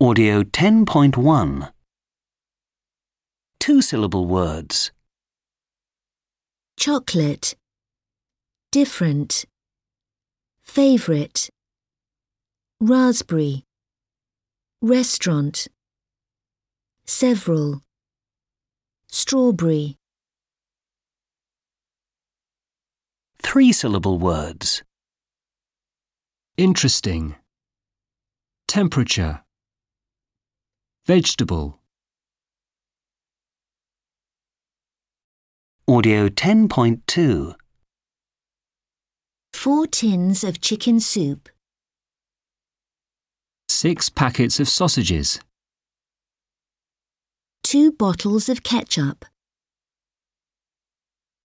Audio 10.1 Two syllable words. chocolate, different, favorite, raspberry, restaurant, several, strawberry, Three syllable words. Interesting. Temperature. Vegetable. Audio 10.2 four tins of chicken soup, Six packets of sausages. two bottles of ketchup,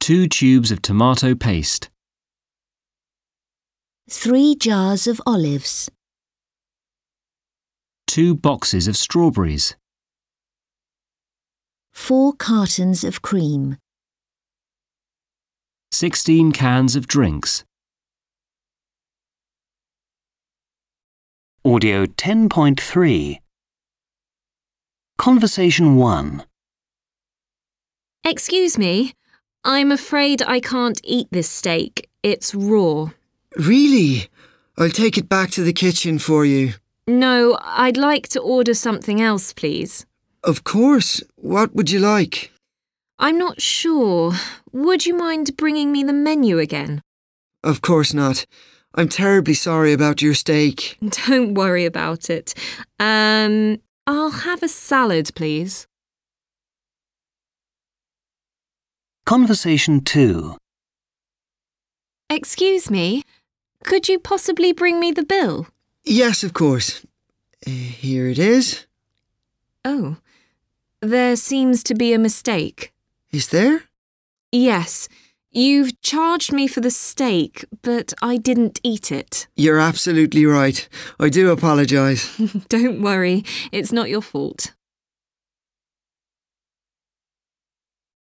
Two tubes of tomato paste. three jars of olives, Two boxes of strawberries. four cartons of cream, Sixteen cans of drinks. Audio 10.3 Conversation 1 Excuse me, I'm afraid I can't eat this steak. It's raw. Really? I'll take it back to the kitchen for you. No, I'd like to order something else, please. Of course. What would you like? I'm not sure. Would you mind bringing me the menu again? Of course not. I'm terribly sorry about your steak. Don't worry about it. Um, I'll have a salad, please. Conversation 2 Excuse me, could you possibly bring me the bill? Yes, of course. Uh, Here it is. Oh, there seems to be a mistake. Is there? Yes, you've charged me for the steak, but I didn't eat it. You're absolutely right. I do apologise. Don't worry, it's not your fault.